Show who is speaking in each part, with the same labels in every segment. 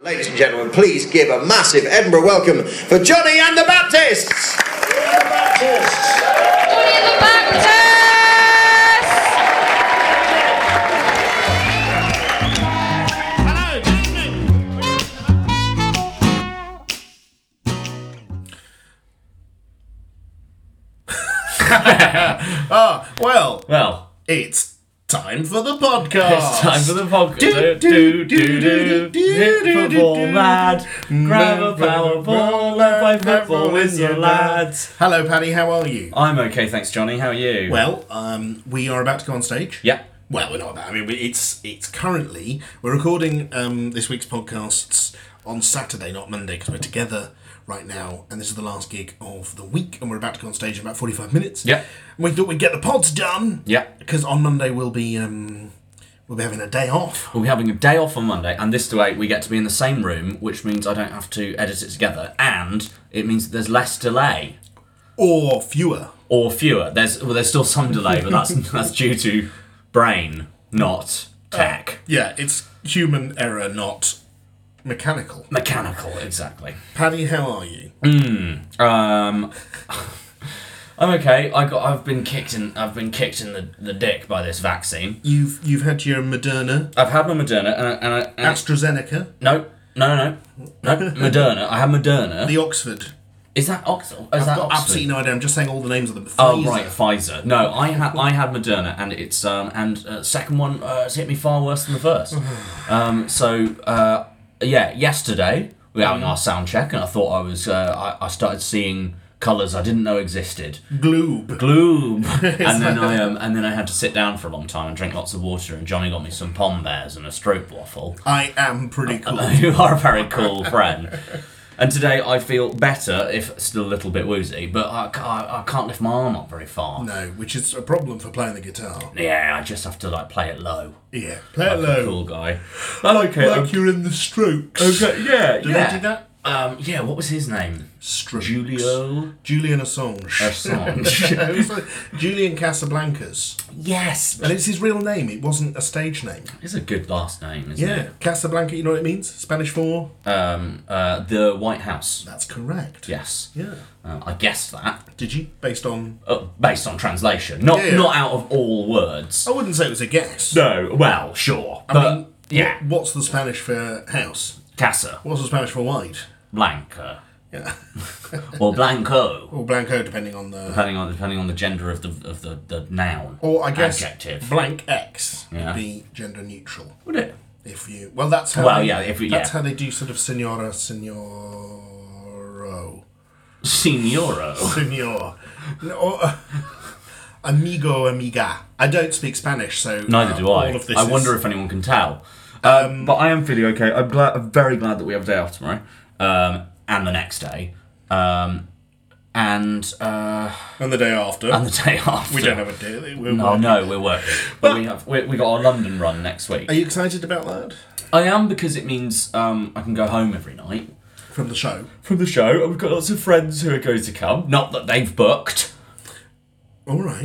Speaker 1: Ladies and gentlemen, please give a massive Edinburgh welcome for Johnny and the Baptists!
Speaker 2: Johnny the Baptist!
Speaker 3: Ah, well,
Speaker 4: Well,
Speaker 3: it's time for the podcast.
Speaker 4: it's time for the uh, podcast.
Speaker 3: Oh, Do, do, do, do, do, do, do,
Speaker 4: Football
Speaker 3: do.
Speaker 4: mad, grab a power ball and play football with your lads.
Speaker 3: Hello, Paddy. How are you?
Speaker 4: I'm okay, thanks, Johnny. How are you?
Speaker 3: Well, um, we are about to go on stage.
Speaker 4: yeah.
Speaker 3: Well, we're not about. I mean, we- it's it's currently we're recording um, this week's podcasts on Saturday, not Monday, because we're together right now, and this is the last gig of the week, and we're about to go on stage in about forty five minutes.
Speaker 4: Yeah.
Speaker 3: And we thought we'd get the pods done.
Speaker 4: Yeah.
Speaker 3: Because on Monday we'll be um, we'll be having a day off.
Speaker 4: We'll be having a day off on Monday, and this way we get to be in the same room, which means I don't have to edit it together, and it means that there's less delay
Speaker 3: or fewer.
Speaker 4: or fewer. There's well, there's still some delay, but that's that's due to brain, not
Speaker 3: Uh.
Speaker 4: tech.
Speaker 3: Yeah, it's human error, not mechanical.
Speaker 4: Mechanical, exactly.
Speaker 3: Paddy, how are you?
Speaker 4: Um, I'm okay. I got. I've been kicked in. I've been kicked in the, the dick by this vaccine.
Speaker 3: You've you've had your Moderna,
Speaker 4: I've had my Moderna, and I, and, I, and
Speaker 3: AstraZeneca,
Speaker 4: no, no, no, no, no, Moderna. I had Moderna.
Speaker 3: the Oxford.
Speaker 4: Is that Oxford? Is that
Speaker 3: Got
Speaker 4: Oxford?
Speaker 3: absolutely no idea. I'm just saying all the names of them.
Speaker 4: Oh
Speaker 3: Pfizer.
Speaker 4: right, Pfizer. No, I had I had Moderna, and it's um and uh, second one uh, has hit me far worse than the first. um, so uh, yeah, yesterday we were having our sound check, and I thought I was uh, I, I started seeing colours I didn't know existed.
Speaker 3: Gloob.
Speaker 4: Gloom, and then I um, and then I had to sit down for a long time and drink lots of water. And Johnny got me some pom bears and a stroke waffle.
Speaker 3: I am pretty cool.
Speaker 4: you are a very cool friend. And today I feel better, if still a little bit woozy, but I, ca- I, I can't lift my arm up very far.
Speaker 3: No, which is a problem for playing the guitar.
Speaker 4: Yeah, I just have to like play it low.
Speaker 3: Yeah, play it low,
Speaker 4: Cool guy. okay.
Speaker 3: Oh. like you're in the Strokes.
Speaker 4: okay. Yeah.
Speaker 3: Did
Speaker 4: yeah.
Speaker 3: they do that?
Speaker 4: Um. Yeah. What was his name?
Speaker 3: Strokes.
Speaker 4: Julio
Speaker 3: Julian Assange.
Speaker 4: Assange.
Speaker 3: It was like Julian Casablancas,
Speaker 4: yes.
Speaker 3: and it's his real name. It wasn't a stage name.
Speaker 4: It's a good last name, isn't
Speaker 3: Yeah, Casablanca. You know what it means? Spanish for.
Speaker 4: it? Um. Uh. The White House.
Speaker 3: That's correct.
Speaker 4: Yes.
Speaker 3: Yeah.
Speaker 4: Um, I guessed that
Speaker 3: Did you? Based on.
Speaker 4: uh, based on translation, not
Speaker 3: Yeah, yeah.
Speaker 4: not out of all words.
Speaker 3: I wouldn't say it was a guess.
Speaker 4: No. Well, sure. but
Speaker 3: mean,
Speaker 4: yeah,
Speaker 3: What's the Spanish for house?
Speaker 4: Casa
Speaker 3: What's the Spanish for white?
Speaker 4: Blanca
Speaker 3: Yeah.
Speaker 4: or Blanco,
Speaker 3: or blanco, depending on the.
Speaker 4: depending on depending on the gender of the of the, the noun.
Speaker 3: Or I guess
Speaker 4: adjective.
Speaker 3: blank X would
Speaker 4: Yeah.
Speaker 3: be gender neutral.
Speaker 4: Would it?
Speaker 3: If you well, that's how.
Speaker 4: Well,
Speaker 3: they-
Speaker 4: yeah, if we-
Speaker 3: that's
Speaker 4: yeah.
Speaker 3: how they do sort of senora, senoro,
Speaker 4: Signoro.
Speaker 3: senor, No, or, uh, amigo, amiga. I don't speak Spanish, so
Speaker 4: Neither
Speaker 3: uh,
Speaker 4: do I.
Speaker 3: All of this
Speaker 4: I
Speaker 3: is-
Speaker 4: wonder if anyone can tell. Um, but I am feeling okay. I'm glad. I'm very glad that we have a day off tomorrow, um, and the next day, um, and uh,
Speaker 3: and the day after.
Speaker 4: and the day after.
Speaker 3: we don't have a day. We're
Speaker 4: No,
Speaker 3: working.
Speaker 4: no, we're working. But we have we, we got our London run next week.
Speaker 3: Are you excited about that?
Speaker 4: I am because it means um, I can go home every night
Speaker 3: From the show.
Speaker 4: from the show. and We've got lots of friends who are going to come. Not that they've booked.
Speaker 3: All right.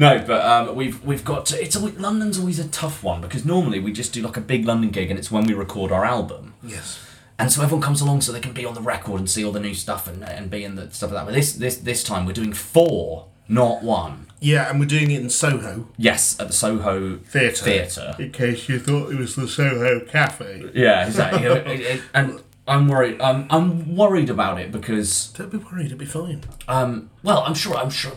Speaker 4: No, but um, we've we've got to, it's always, London's always a tough one because normally we just do like a big London gig and it's when we record our album.
Speaker 3: yes.
Speaker 4: and so everyone comes along so they can be on the record and see all the new stuff and, and be in the stuff like that. But this this this time we're doing four, not one.
Speaker 3: Yeah, and we're doing it in Soho
Speaker 4: Yes, at the Soho
Speaker 3: Theatre.
Speaker 4: Theatre.
Speaker 3: In case you thought it was the Soho Cafe.
Speaker 4: Yeah, exactly. It- it- and I'm worried. I'm I'm worried about it because
Speaker 3: Don't be worried, it'll be fine.
Speaker 4: um well I'm sure I'm sure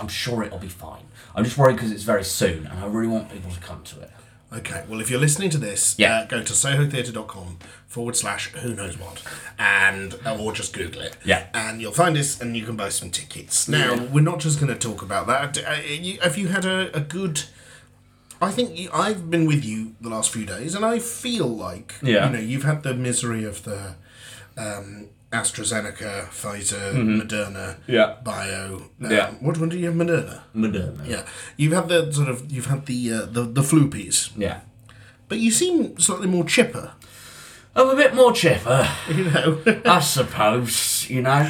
Speaker 4: I'm sure it'll be fine. I'm just worried because it's very soon and I really want people to come to it.
Speaker 3: Okay, well, if you're listening to this,
Speaker 4: Yeah.
Speaker 3: uh, go to sohotheatre.com forward slash who knows what, and uh, or just Google it.
Speaker 4: Yeah.
Speaker 3: And you'll find us and you can buy some tickets. Now, we're not just going to talk about that. Uh, you- Have you had a, a good. I think you, I've been with you the last few days, and I feel like
Speaker 4: Yeah.
Speaker 3: you know you've had the misery of the um, AstraZeneca, Pfizer, Moderna,
Speaker 4: Mm-hmm. Yeah.
Speaker 3: Bio. um,
Speaker 4: Yeah.
Speaker 3: What one do you have? Moderna.
Speaker 4: Moderna.
Speaker 3: Yeah. You've had the sort of you've had the uh, the the flu piece.
Speaker 4: Yeah.
Speaker 3: But you seem slightly more chipper,
Speaker 4: I'm a bit more chipper.
Speaker 3: you know.
Speaker 4: I suppose, you know.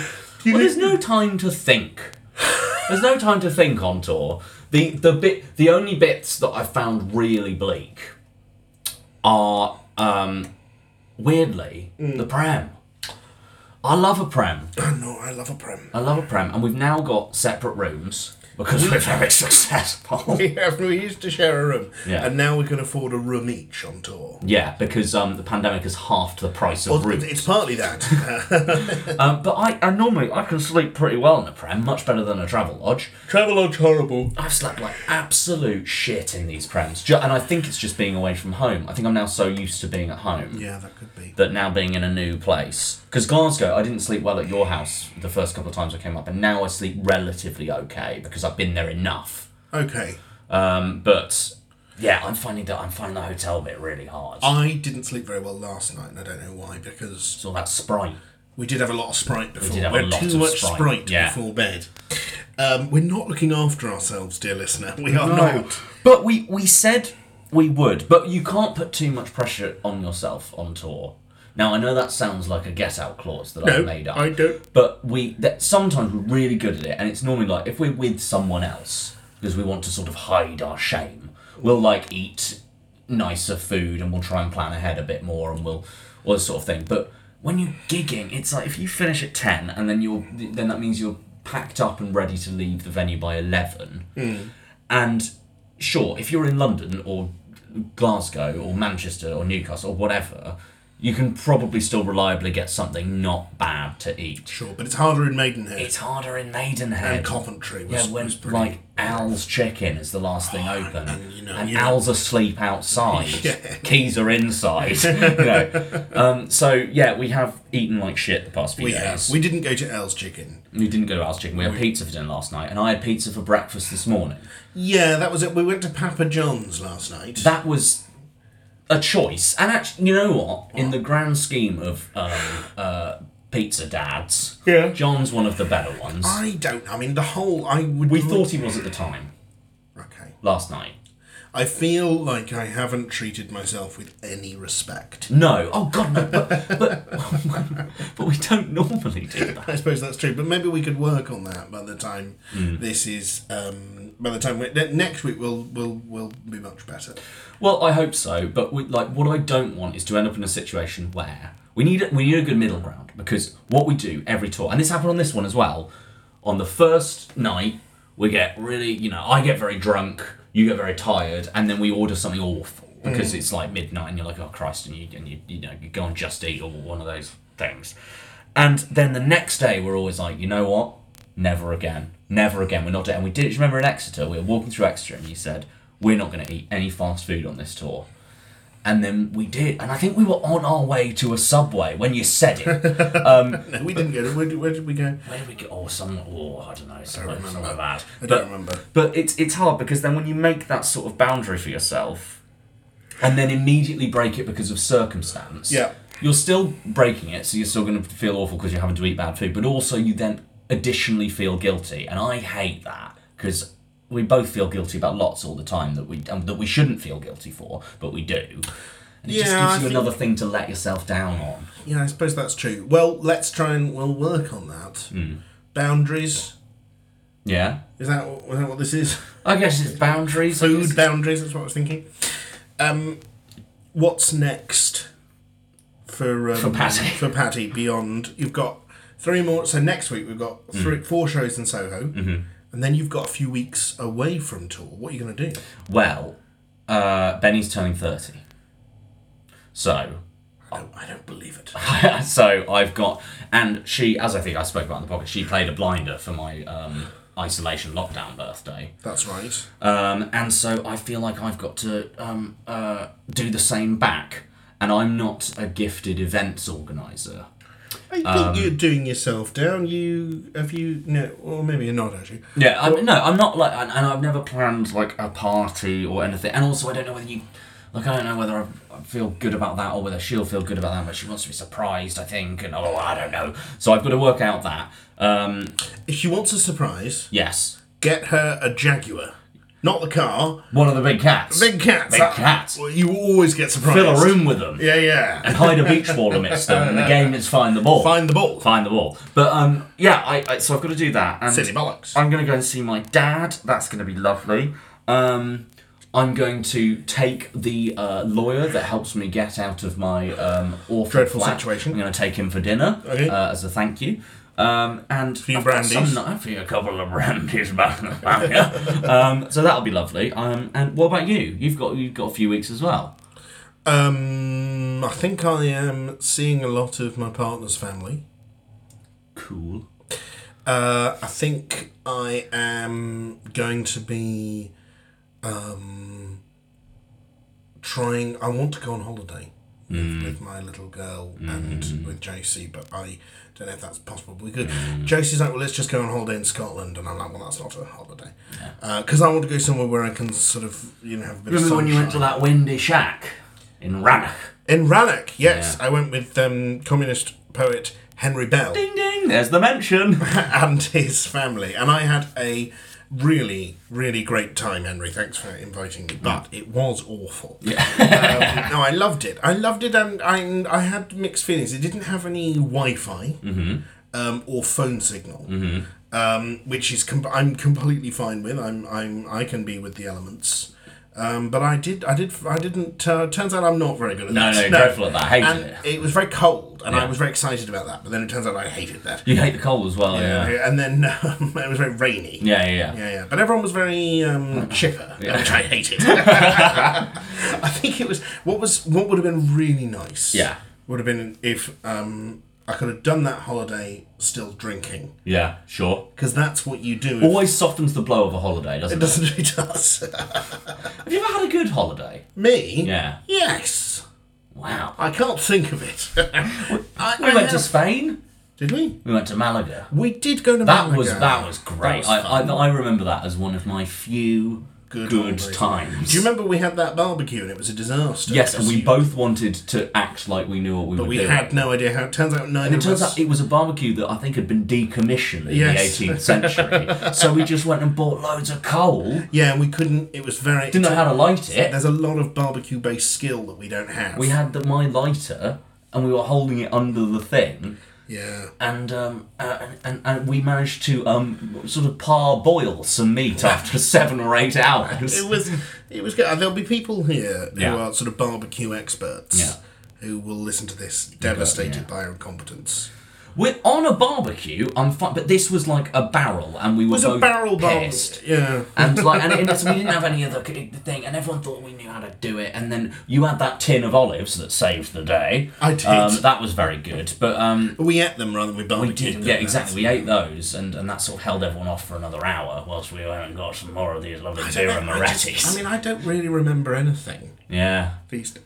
Speaker 4: Well, there's no time to think. There's no time to think on tour. The the bit the only bits that I found really bleak are Um, weirdly, the prem. I love a prem.
Speaker 3: Oh, No, I love a prem.
Speaker 4: I love a prem, and we've now got separate rooms because we're very successful.
Speaker 3: We have we used to share a room,
Speaker 4: Yeah.
Speaker 3: and now we can afford a room each on tour.
Speaker 4: yeah, because um, the pandemic has halved the price of
Speaker 3: Well,
Speaker 4: rooms.
Speaker 3: it's partly that.
Speaker 4: Um, but I, I normally I can sleep pretty well in a prem, much better than a travel lodge.
Speaker 3: Travel lodge horrible.
Speaker 4: I've slept like absolute shit in these prems, Ju- and I think it's just being away from home. I think I'm now so used to being at home
Speaker 3: Yeah, that could be.
Speaker 4: that now being in a new place. Because Glasgow, I didn't sleep well at your house the first couple of times I came up, and now I sleep relatively okay because I've been there enough.
Speaker 3: Okay.
Speaker 4: Um, but yeah, I'm finding that I'm finding the hotel bit really hard.
Speaker 3: I didn't sleep very well last night, and I don't know why, because
Speaker 4: it's all that sprite.
Speaker 3: we did have a lot of Sprite before. We,
Speaker 4: did have a
Speaker 3: had
Speaker 4: lot
Speaker 3: too
Speaker 4: of
Speaker 3: much
Speaker 4: Sprite,
Speaker 3: Sprite,
Speaker 4: yeah.
Speaker 3: before bed. Um, we're not looking after ourselves, dear listener. We are not.
Speaker 4: But we we said we would, but you can't put too much pressure on yourself on tour. Now I know that sounds like a get out clause that
Speaker 3: No,
Speaker 4: I've made up.
Speaker 3: I don't.
Speaker 4: But we that sometimes we're really good at it, and it's normally like if we're with someone else because we want to sort of hide our shame, we'll like eat nicer food and we'll try and plan ahead a bit more and we'll all this sort of thing. But when you're gigging, it's like if you finish at ten and then you're then that means you're packed up and ready to leave the venue by eleven. And sure, if you're in London or Glasgow or Manchester or Newcastle or whatever, you can probably still reliably get something not bad to eat.
Speaker 3: Sure, but it's harder in Maidenhead
Speaker 4: It's harder in Maidenhead.
Speaker 3: and Coventry. Was,
Speaker 4: yeah, when
Speaker 3: was pretty, Oh,
Speaker 4: like Owl's Chicken is the last thing open, and,
Speaker 3: you know, you know-
Speaker 4: Owl's asleep outside, keys are inside. you know. um, so yeah, we have eaten like shit the past few
Speaker 3: we
Speaker 4: days.
Speaker 3: have. We didn't go to El's Chicken.
Speaker 4: We didn't go to Owl's Chicken. We had pizza for dinner last night, and I had pizza for breakfast this morning.
Speaker 3: Yeah, that was it. We went to Papa John's last night.
Speaker 4: that was a choice. And actually, you know what? In the grand scheme of um, uh, pizza dads,
Speaker 3: Yeah.
Speaker 4: John's one of the better ones.
Speaker 3: I don't. I mean, the whole. I would.
Speaker 4: We thought he was at the time
Speaker 3: Okay.
Speaker 4: last night.
Speaker 3: I feel like I haven't treated myself with any respect.
Speaker 4: No, oh god, no. But but, but we don't normally do that.
Speaker 3: I suppose that's true, but maybe we could work on that by the time
Speaker 4: Hmm.
Speaker 3: this is. Um, by the time we, ne- next week, we'll will will be much better.
Speaker 4: Well, I hope so, but we, like what I don't want is to end up in a situation where we need a, we need a good middle ground because what we do every tour, and this happened on this one as well. On the first night, we get really you know I get very drunk, you get very tired, and then we order something awful because it's like midnight and you're like oh Christ, and you and you you know you go on Just Eat or one of those things, and then the next day we're always like you know what never again. Never again. We're not doing. And we did. Do you remember in Exeter? We were walking through Exeter, and you said, "We're not going to eat any fast food on this tour." And then we did. And I think we were on our way to a subway when you said it.
Speaker 3: No, we didn't go. To, where, did, where did we go?
Speaker 4: Where did we go? Oh, some. Oh, I don't know. Somewhere,
Speaker 3: remember.
Speaker 4: somewhere bad.
Speaker 3: I don't
Speaker 4: But-
Speaker 3: remember.
Speaker 4: But it's it's hard because then when you make that sort of boundary for yourself, and then immediately break it because of circumstance.
Speaker 3: Yeah.
Speaker 4: You're still breaking it, so you're still going to feel awful because you're having to eat bad food, but also you then additionally feel guilty, and I hate that because we both feel guilty about lots all the time that we um, that we shouldn't feel guilty for, but we do. And it
Speaker 3: Yeah,
Speaker 4: just gives
Speaker 3: I
Speaker 4: you
Speaker 3: think-
Speaker 4: another thing to let yourself down on.
Speaker 3: Yeah, I suppose that's true. Well, let's try and we'll work on that.
Speaker 4: Hmm.
Speaker 3: Boundaries.
Speaker 4: Yeah.
Speaker 3: Is that, wh- is that what this is?
Speaker 4: I guess it's boundaries. I guess
Speaker 3: Food
Speaker 4: it's-
Speaker 3: boundaries. That's what I was thinking. Um, what's next for um, for
Speaker 4: Patty.
Speaker 3: For Patty beyond, you've got three more. So next week we've got
Speaker 4: Mm.
Speaker 3: three, four shows in Soho,
Speaker 4: Mm-hmm.
Speaker 3: and then you've got a few weeks away from tour. What are you going to do?
Speaker 4: Well, uh, Benny's turning 30. So,
Speaker 3: I don't, I don't believe it.
Speaker 4: so I've got, and she, as I think I spoke about in the pocket, she played a blinder for my um, isolation lockdown birthday.
Speaker 3: That's right.
Speaker 4: Um, and so I feel like I've got to um, uh, do the same back. And I'm not a gifted events organiser.
Speaker 3: I think
Speaker 4: Um,
Speaker 3: you're doing yourself down. You have you no, or maybe you're not actually.
Speaker 4: Yeah, I'm, no, I'm not like, and, and I've never planned like a party or anything. And also, I don't know whether you, like, I don't know whether I, I feel good about that or whether she'll feel good about that. But she wants to be surprised, I think, and oh, I don't know. So I've got to work out that. Um,
Speaker 3: If she wants a surprise,
Speaker 4: yes,
Speaker 3: get her a Jaguar, not the car.
Speaker 4: one of the big cats.
Speaker 3: Big cats.
Speaker 4: Big
Speaker 3: That-
Speaker 4: cats.
Speaker 3: Well, you always get surprised.
Speaker 4: Fill a room with them.
Speaker 3: Yeah, yeah.
Speaker 4: And hide a beach ball amidst them. And the game is find the ball.
Speaker 3: Find the ball.
Speaker 4: Find the ball. But um, yeah, I, I so I've got to do that. And
Speaker 3: Silly bollocks.
Speaker 4: I'm gonna go and see my dad. That's gonna be lovely. Um, I'm going to take the uh, lawyer that helps me get out of my um, awful
Speaker 3: Dreadful
Speaker 4: flat.
Speaker 3: situation.
Speaker 4: I'm going to take him for dinner
Speaker 3: Okay.
Speaker 4: uh, as a thank you. Um, and
Speaker 3: your
Speaker 4: I've got
Speaker 3: brandies.
Speaker 4: Some, for your couple of brandies back in the back. um, so that'll be lovely. Um, and what about you? You've got you've got a few weeks as well.
Speaker 3: Um, I think I am seeing a lot of my partner's family.
Speaker 4: Cool.
Speaker 3: Uh, I think I am going to be um, trying. I want to go on holiday
Speaker 4: Mm.
Speaker 3: with, with my little girl and with JC, but I don't know if that's possible. We could.
Speaker 4: Mm.
Speaker 3: JC's like, well, let's just go on holiday in Scotland, and I'm like, well, that's not a holiday because I want to go somewhere where I can sort of you know have a bit
Speaker 4: Remember
Speaker 3: of
Speaker 4: when you went to
Speaker 3: sunshine.
Speaker 4: that windy shack in Rannoch?
Speaker 3: in Rannoch? Yes, I went with um, communist poet Henry Bell.
Speaker 4: Ding ding. There's the mention.
Speaker 3: and his family. And I had a really, really great time, Henry. Thanks for inviting me. But it was awful. Yeah. um, no, I loved it. I loved it, and I, I had mixed feelings. It didn't have any Wi Fi
Speaker 4: Mm-hmm.
Speaker 3: um, or phone signal. Um, which is com- I'm completely fine with. I'm I'm I can be with the elements, um, but I did I did I didn't. Uh, turns out I'm not very good at
Speaker 4: No,
Speaker 3: that.
Speaker 4: no, dreadful at that. Hated
Speaker 3: and
Speaker 4: it.
Speaker 3: was very cold, and I was very excited about that. But then it turns out I hated that.
Speaker 4: You hate the cold as well. Yeah.
Speaker 3: Yeah, and then um, it was very rainy.
Speaker 4: Yeah, yeah, yeah.
Speaker 3: Yeah, yeah. But everyone was very um, chipper, which I hated. I think it was what was what would have been really nice.
Speaker 4: Yeah.
Speaker 3: would have been if um, I could have done that holiday still drinking
Speaker 4: Yeah, sure.
Speaker 3: because that's what you do. if-
Speaker 4: Always softens the blow of a holiday, doesn't
Speaker 3: it
Speaker 4: it?
Speaker 3: doesn't it does.
Speaker 4: Have you ever had a good holiday?
Speaker 3: Me?
Speaker 4: Yeah.
Speaker 3: Yes.
Speaker 4: Wow.
Speaker 3: I can't think of it. I,
Speaker 4: We
Speaker 3: I
Speaker 4: went to
Speaker 3: have-
Speaker 4: Spain.
Speaker 3: did we?
Speaker 4: We went to Malaga.
Speaker 3: We did go to
Speaker 4: That
Speaker 3: Malaga.
Speaker 4: was that was great.
Speaker 3: was
Speaker 4: I, I I remember that as one of my few good,
Speaker 3: holiday.
Speaker 4: times.
Speaker 3: Do you remember we had that barbecue and it was a disaster?
Speaker 4: Yes, and
Speaker 3: because
Speaker 4: we
Speaker 3: you-
Speaker 4: both wanted to act like we knew what we were
Speaker 3: We
Speaker 4: doing.
Speaker 3: had no idea how. It turns out neither
Speaker 4: It
Speaker 3: of
Speaker 4: turns
Speaker 3: us.
Speaker 4: out it was a barbecue that I think had been decommissioned in
Speaker 3: Yes.
Speaker 4: the 18th century. so we just went and bought loads of coal.
Speaker 3: yeah, and we couldn't. It was very.
Speaker 4: Didn't know how to light it.
Speaker 3: There's a lot of barbecue-based skill that we don't have.
Speaker 4: We had the, my lighter, and we were holding it under the thing.
Speaker 3: Yeah.
Speaker 4: and um, uh, and, and we managed to um, sort of parboil some meat after seven or eight hours.
Speaker 3: It was. It was good. And There'll be people here who
Speaker 4: Yeah.
Speaker 3: are sort of barbecue experts.
Speaker 4: Yeah.
Speaker 3: Who will listen to this devastated by our incompetence?
Speaker 4: We're on a barbecue. I'm fine, but this was like a barrel, and we
Speaker 3: It
Speaker 4: were
Speaker 3: was
Speaker 4: both
Speaker 3: a barrel
Speaker 4: pissed.
Speaker 3: barbecue. Yeah.
Speaker 4: and like, and it, we didn't have any other c- thing, and everyone thought we knew how to do it. And then you had that tin of olives that saved the day.
Speaker 3: I did.
Speaker 4: Um, that was very good, but um,
Speaker 3: But we ate them rather than we barbecued
Speaker 4: we did.
Speaker 3: them.
Speaker 4: Yeah, exactly. We ate those, and, and that sort of held everyone off for another hour whilst we went and got some more of these lovely beer and
Speaker 3: I, just-
Speaker 4: Moretti's.
Speaker 3: I mean, I don't really remember anything
Speaker 4: yeah.
Speaker 3: these days.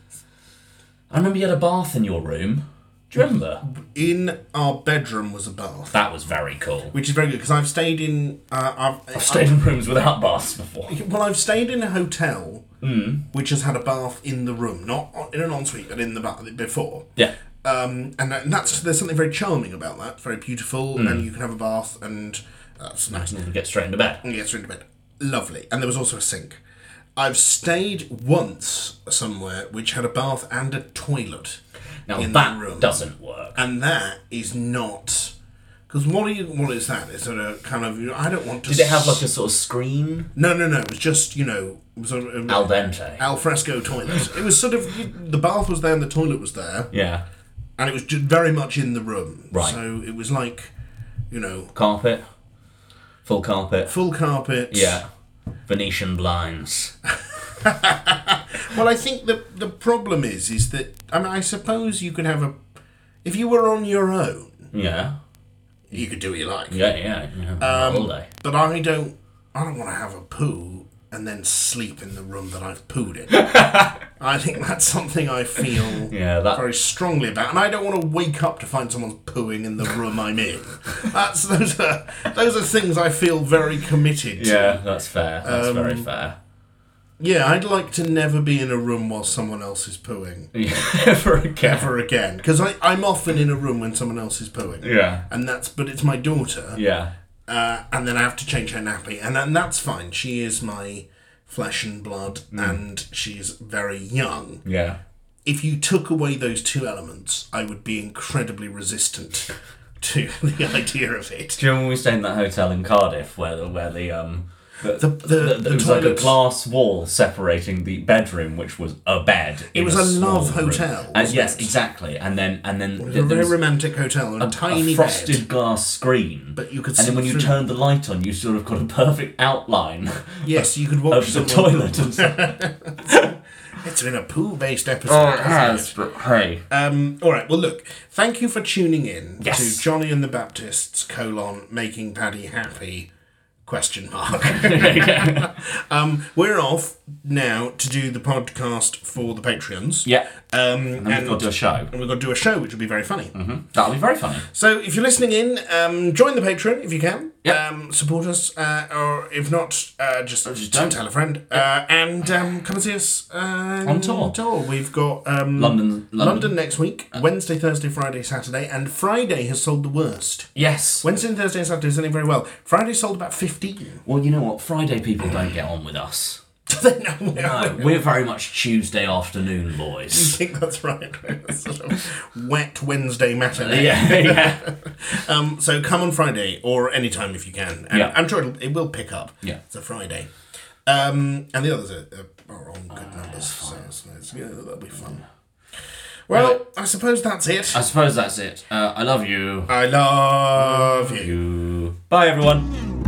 Speaker 4: I remember you had a bath in your room. Do you remember?
Speaker 3: In our bedroom was a bath,
Speaker 4: That was very cool.
Speaker 3: which is very good because I've stayed in. Uh, I've,
Speaker 4: I've stayed in rooms without baths before.
Speaker 3: Well, I've stayed in a hotel
Speaker 4: Hmm.
Speaker 3: which has had a bath in the room, not on- in an ensuite, but in the bath before.
Speaker 4: Yeah.
Speaker 3: Um, and, that, and that's there's something very charming about that. It's very beautiful,
Speaker 4: Hmm.
Speaker 3: and you can have a bath, and that's nice.
Speaker 4: And get straight into bed.
Speaker 3: And get straight into bed. Lovely. And there was also a sink. I've stayed once somewhere which had a bath and a toilet,
Speaker 4: Now
Speaker 3: In
Speaker 4: that
Speaker 3: the room.
Speaker 4: doesn't work.
Speaker 3: and that is not. Because what are you? What is that? It's sort of kind of. I don't want to.
Speaker 4: Did it have like a sort of screen?
Speaker 3: No, no, no. It was just you know. It was a,
Speaker 4: Al dente.
Speaker 3: al fresco toilet. It was sort of the bath was there and the toilet was there,
Speaker 4: yeah.
Speaker 3: and it was just very much in the room.
Speaker 4: Right.
Speaker 3: So it was like, you know,
Speaker 4: Carpet. Full carpet.
Speaker 3: full carpet.
Speaker 4: Yeah. Venetian blinds.
Speaker 3: Well, I think the the problem is is that I mean I suppose you could have a if you were on your own
Speaker 4: Yeah.
Speaker 3: you could do what you like.
Speaker 4: Yeah, yeah. yeah.
Speaker 3: Um,
Speaker 4: All day.
Speaker 3: But I don't I don't want to have a poo and then sleep in the room that I've pooed in. I think that's something I feel
Speaker 4: Yeah, that-
Speaker 3: very strongly about, and I don't want to wake up to find someone's pooing in the room I'm in. That's those are those are things I feel very committed. to.
Speaker 4: Yeah, that's fair. That's very
Speaker 3: Um,
Speaker 4: fair.
Speaker 3: yeah, I'd like to never be in a room while someone else is pooing
Speaker 4: Yeah, for a cat.
Speaker 3: ever again, because I'm often in a room when someone else is pooing.
Speaker 4: Yeah.
Speaker 3: and that's but it's my daughter.
Speaker 4: Yeah.
Speaker 3: uh, and then I have to change her nappy, and and that's fine. She is my flesh and blood,
Speaker 4: Mm.
Speaker 3: and she is very young.
Speaker 4: Yeah.
Speaker 3: If you took away those two elements, I would be incredibly resistant to the idea of it.
Speaker 4: Do you remember when we stayed in that hotel in Cardiff where the where the um
Speaker 3: The, the,
Speaker 4: Th-
Speaker 3: the
Speaker 4: There was like a
Speaker 3: toilets-
Speaker 4: glass wall separating the bedroom, which was a bed.
Speaker 3: It
Speaker 4: in
Speaker 3: was a
Speaker 4: small
Speaker 3: love
Speaker 4: room.
Speaker 3: hotel,
Speaker 4: And-
Speaker 3: wasn't
Speaker 4: yes,
Speaker 3: it?
Speaker 4: exactly. And then and then
Speaker 3: It was
Speaker 4: th-
Speaker 3: a
Speaker 4: there
Speaker 3: very
Speaker 4: was
Speaker 3: romantic hotel and a, tiny
Speaker 4: a frosted
Speaker 3: bed.
Speaker 4: glass screen.
Speaker 3: But you could
Speaker 4: And
Speaker 3: see
Speaker 4: then when
Speaker 3: through.
Speaker 4: you turned the light on, you sort of got a perfect outline
Speaker 3: Yes, you could watch
Speaker 4: of the
Speaker 3: someone-
Speaker 4: toilet and stuff.
Speaker 3: It's been a poo-based episode. hasn't
Speaker 4: Oh, but hey.
Speaker 3: Um, all right. Well, look. Thank you for tuning in
Speaker 4: Yes.
Speaker 3: to Johnny and the Baptists: colon making Paddy happy? Question mark. um, we're off now to do the podcast for the Patreons.
Speaker 4: Yeah.
Speaker 3: Um,
Speaker 4: And we've got to do a show. Mm-hmm.
Speaker 3: and we've got to do a show, which will be very funny.
Speaker 4: That'll be very funny.
Speaker 3: So, if you're listening in, um, join the Patreon if you can.
Speaker 4: Yeah.
Speaker 3: Um, support us, uh, or if not, uh, just,
Speaker 4: Oh, just
Speaker 3: t-
Speaker 4: don't.
Speaker 3: tell a friend. Uh, and um, come and see us um,
Speaker 4: On tour.
Speaker 3: We've got um,
Speaker 4: London- London. Uh.
Speaker 3: next week, Wednesday, Thursday, Friday, Saturday, and Friday has sold the worst.
Speaker 4: Yes.
Speaker 3: Wednesday, and Thursday, and Saturday is selling very well. Friday sold about 15.
Speaker 4: Well, you know what? Friday people don't get on with us.
Speaker 3: Do they know where
Speaker 4: No, we're very much Tuesday afternoon boys.
Speaker 3: I think that's right. sort of wet Wednesday matinee.
Speaker 4: yeah, yeah.
Speaker 3: Um, so come on Friday or any time if you can. And
Speaker 4: Yeah.
Speaker 3: I'm sure it'll, it will pick up.
Speaker 4: Yeah.
Speaker 3: It's a Friday. Um, and the others are, are, are on good numbers. So it's, it's, yeah, that'll be fun. Well, I suppose that's it.
Speaker 4: I suppose that's it. Uh, I love you.
Speaker 3: I love you.
Speaker 4: you. Bye, everyone.